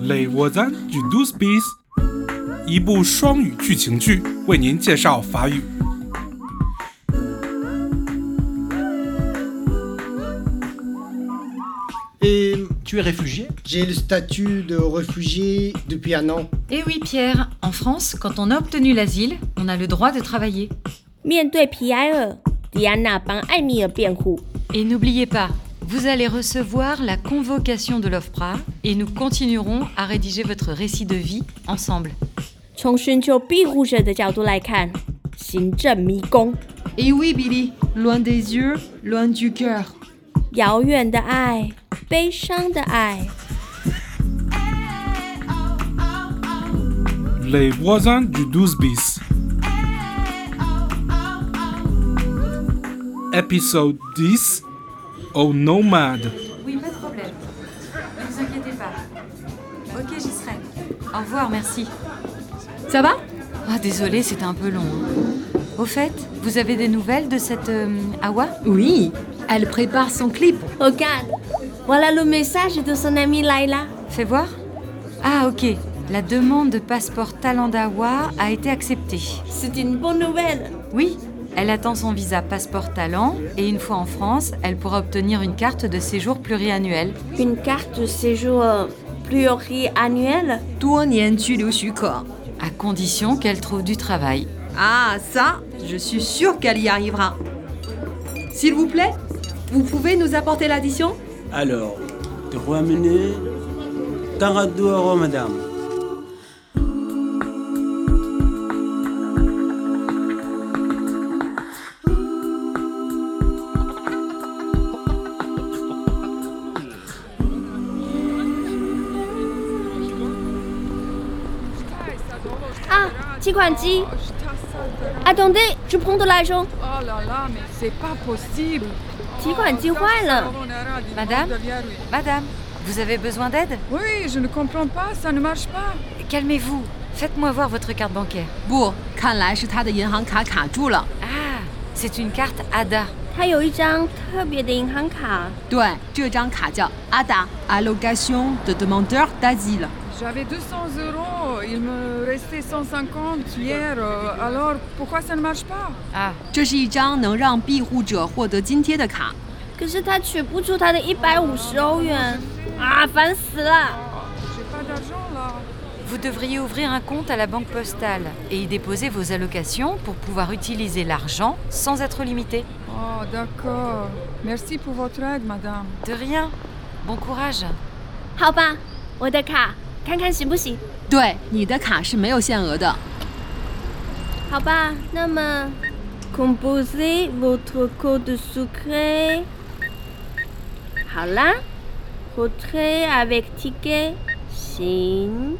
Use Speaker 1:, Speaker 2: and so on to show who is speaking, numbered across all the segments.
Speaker 1: Les voisins du d o u s p i s 一部双语剧情剧，为您介绍法语。
Speaker 2: Et tu es réfugié
Speaker 3: J'ai le statut de réfugié depuis un an.
Speaker 4: Eh oui, Pierre, en France, quand on a obtenu l'asile, on a le droit de travailler.
Speaker 5: 面对皮埃尔，迪安娜帮艾米尔辩护。
Speaker 4: Et n'oubliez pas, vous allez recevoir la convocation de l'OFPRA et nous continuerons à rédiger votre récit de vie ensemble.
Speaker 5: 从寻求庇护者的角度来看，行政迷宫，
Speaker 6: Et oui, Billy, loin des yeux, loin du cœur.
Speaker 5: 遥远的爱，悲伤的爱，
Speaker 1: Les voisins du 12 bis. Épisode 10 Au nomade.
Speaker 4: Oui, pas de problème. Ne vous inquiétez pas. Ok, j'y serai. Au revoir, merci.
Speaker 6: Ça va
Speaker 4: Ah, désolé, c'était un peu long. hein. Au fait, vous avez des nouvelles de cette euh, Awa
Speaker 6: Oui, elle prépare son clip.
Speaker 5: Regarde, voilà le message de son ami Laila.
Speaker 4: Fais voir. Ah, ok. La demande de passeport talent d'Awa a été acceptée.
Speaker 5: C'est une bonne nouvelle.
Speaker 4: Oui, elle attend son visa passeport talent et une fois en France, elle pourra obtenir une carte de séjour pluriannuelle.
Speaker 5: Une carte de séjour euh, pluriannuelle.
Speaker 6: 多年居留许可.
Speaker 4: À condition qu'elle trouve du travail.
Speaker 6: Ah, ça, je suis sûre qu'elle y arrivera. S'il vous plaît, vous pouvez nous apporter l'addition
Speaker 7: Alors, trois minutes. تغدوا أهو مدام
Speaker 5: Ah, Tiquanti. Attendez, je prends de l'argent.
Speaker 8: Oh là là, mais c'est pas possible.
Speaker 5: Tiquanti 坏了。
Speaker 4: Madame Madame, vous avez besoin d'aide
Speaker 8: Oui, je ne comprends pas, ça ne marche pas.
Speaker 4: Calmez-vous. Faites-moi voir votre carte bancaire.
Speaker 6: 不，看来是他的银行卡卡住了。
Speaker 4: Ah, c'est une carte ADA.
Speaker 5: 他有一张特别的银行卡，
Speaker 6: 对，这张卡叫 ADA Allocation de demandeur d'asile。
Speaker 8: J'avais 200 euros, il me restait 150 hier, euh, alors pourquoi ça ne marche pas
Speaker 4: Ah,
Speaker 6: 这是一张能让庇护者获得津贴的卡。
Speaker 5: 可是他取不出他的一百五十欧元啊，烦死了！
Speaker 8: J'ai pas d'argent là.
Speaker 4: vous devriez ouvrir un compte à la banque postale et y déposer vos allocations pour pouvoir utiliser l'argent sans être limité.
Speaker 8: Oh, d'accord. Merci pour votre aide, madame.
Speaker 4: De rien. Bon courage.
Speaker 5: 好吧，我的卡，看看行不行？
Speaker 6: 对，你的卡是没有限额的。
Speaker 5: 好吧，那么 composez votre code secret。好啦，retrait avec ticket，行。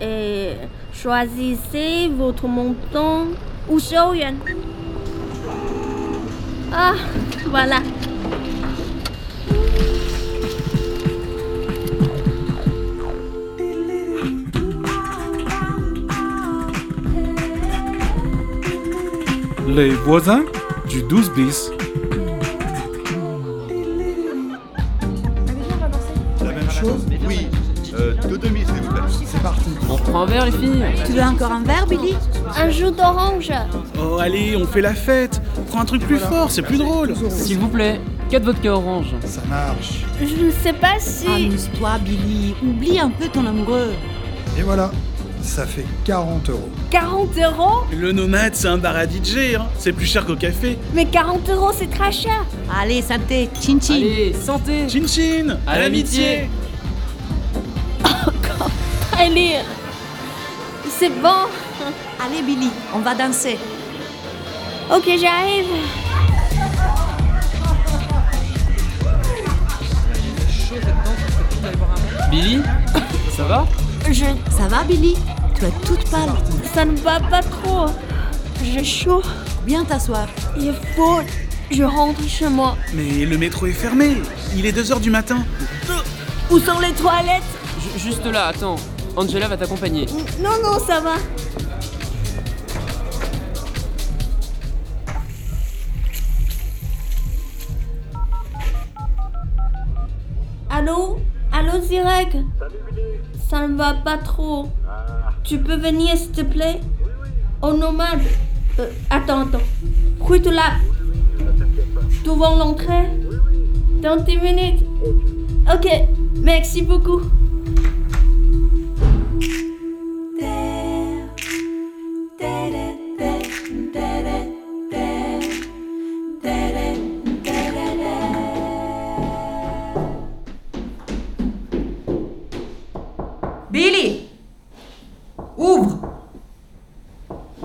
Speaker 5: Et choisissez votre montant，五十欧元。啊完了。
Speaker 1: Les voisins du 12 bis.
Speaker 9: La même chose Oui. Euh, deux demi, s'il vous plaît. C'est parti.
Speaker 6: Tu veux encore un verre, Billy
Speaker 5: Un jus d'orange，
Speaker 10: Oh allez, on fait la fête Prends un truc plus fort, c'est plus drôle
Speaker 11: S'il vous plaît, 4 vodka orange.
Speaker 9: Ça marche.
Speaker 5: je ne sais pas
Speaker 10: Ah,
Speaker 5: si
Speaker 6: Amuse-toi, Billy. Oublie un peu ton amoureux.
Speaker 9: Et voilà, ça fait 40 euros.
Speaker 5: 40 euros，
Speaker 10: Le nomade, c'est un bar à DJ, hein. c'est plus cher qu'au café.
Speaker 5: mais 40 euros c'est très cher。
Speaker 6: Allez, santé, chin chin.
Speaker 11: Allez, santé
Speaker 10: Chin chin
Speaker 11: À l'amitié
Speaker 5: Allez, c'est bon.
Speaker 6: Allez, Billy, on va danser.
Speaker 5: Ok, j'arrive.
Speaker 11: Billy Ça va
Speaker 5: Je,
Speaker 6: Ça va, Billy Tu es toute pâle.
Speaker 5: ça ne va pas trop. J'ai chaud.
Speaker 6: Bien t'asseoir.
Speaker 5: Il faut. Je rentre chez moi.
Speaker 10: Mais le métro est fermé, il est 2h du matin.
Speaker 5: Où sont les toilettes
Speaker 11: Ju- Juste là, attends. Angela va t'accompagner.
Speaker 5: Non, non, ça va. Allô Allô Allô Zirek Ça ne va pas trop. Tu peux venir s'il te plaît Au nomade. Euh, attends, attends. Rue de là. Devant l'entrée. Dans 10 minutes. Ok, merci beaucoup.
Speaker 6: Billy Ouvre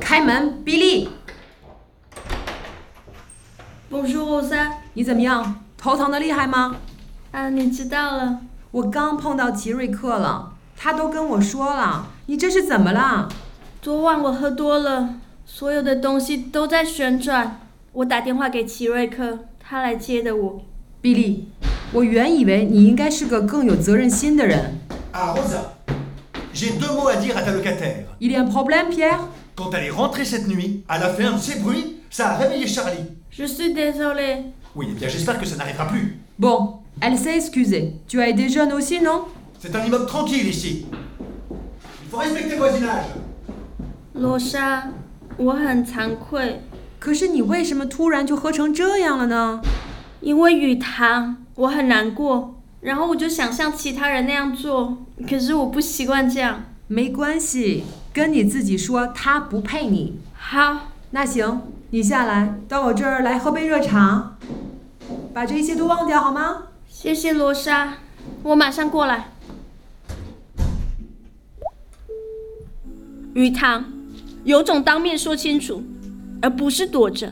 Speaker 6: 开门 Billy
Speaker 5: Bonjour Rosa，Ah,
Speaker 6: 你怎么样？头疼的厉害吗？
Speaker 5: 啊，你知道了。
Speaker 6: 我刚碰到吉瑞克了，他都跟我说了，你这是怎么了？
Speaker 5: 昨晚我喝多了，所有的东西都在旋转。我打电话给奇瑞克，他来接的我。
Speaker 6: 比利，我原以为你应该是个更有责任心的人。
Speaker 9: Ah, Rosa, j'ai deux mots à dire à ta locataire.
Speaker 6: Il y a un problème, Pierre
Speaker 9: Quand elle est rentrée cette nuit, à la ferme, ces bruits, ça a réveillé Charlie.
Speaker 5: Je suis désolée.
Speaker 9: Oui, eh bien j'espère que ça n'arrivera plus.
Speaker 6: Bon, elle s'est excusée. Tu as des jeunes aussi, non
Speaker 9: C'est un immeuble tranquille ici. Il faut respecter le voisinage.
Speaker 5: 罗莎，我很惭愧，
Speaker 6: 可是你为什么突然就喝成这样了呢？
Speaker 5: 因为雨堂，我很难过。然后我就想像其他人那样做，可是我不习惯这样。
Speaker 6: 没关系，跟你自己说，他不配你。
Speaker 5: 好，
Speaker 6: 那行，你下来到我这儿来喝杯热茶，把这一切都忘掉好吗？
Speaker 5: 谢谢罗莎，我马上过来。鱼塘，有种当面说清楚，而不是躲着。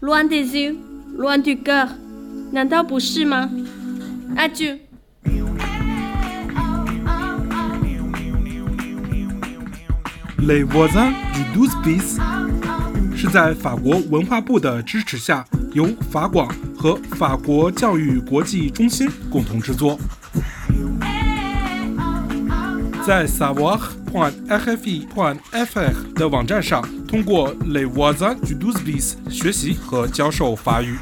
Speaker 5: Loin des yeux, loin du cœur，难道不是吗？Adieu。
Speaker 1: Les voisins du 12 bis 是在法国文化部的支持下，由法广和法国教育国际中心共同制作。在 E savoir.rfi.fr 的网站上，通过 Les voisins du 12 bis 学习和教授法语。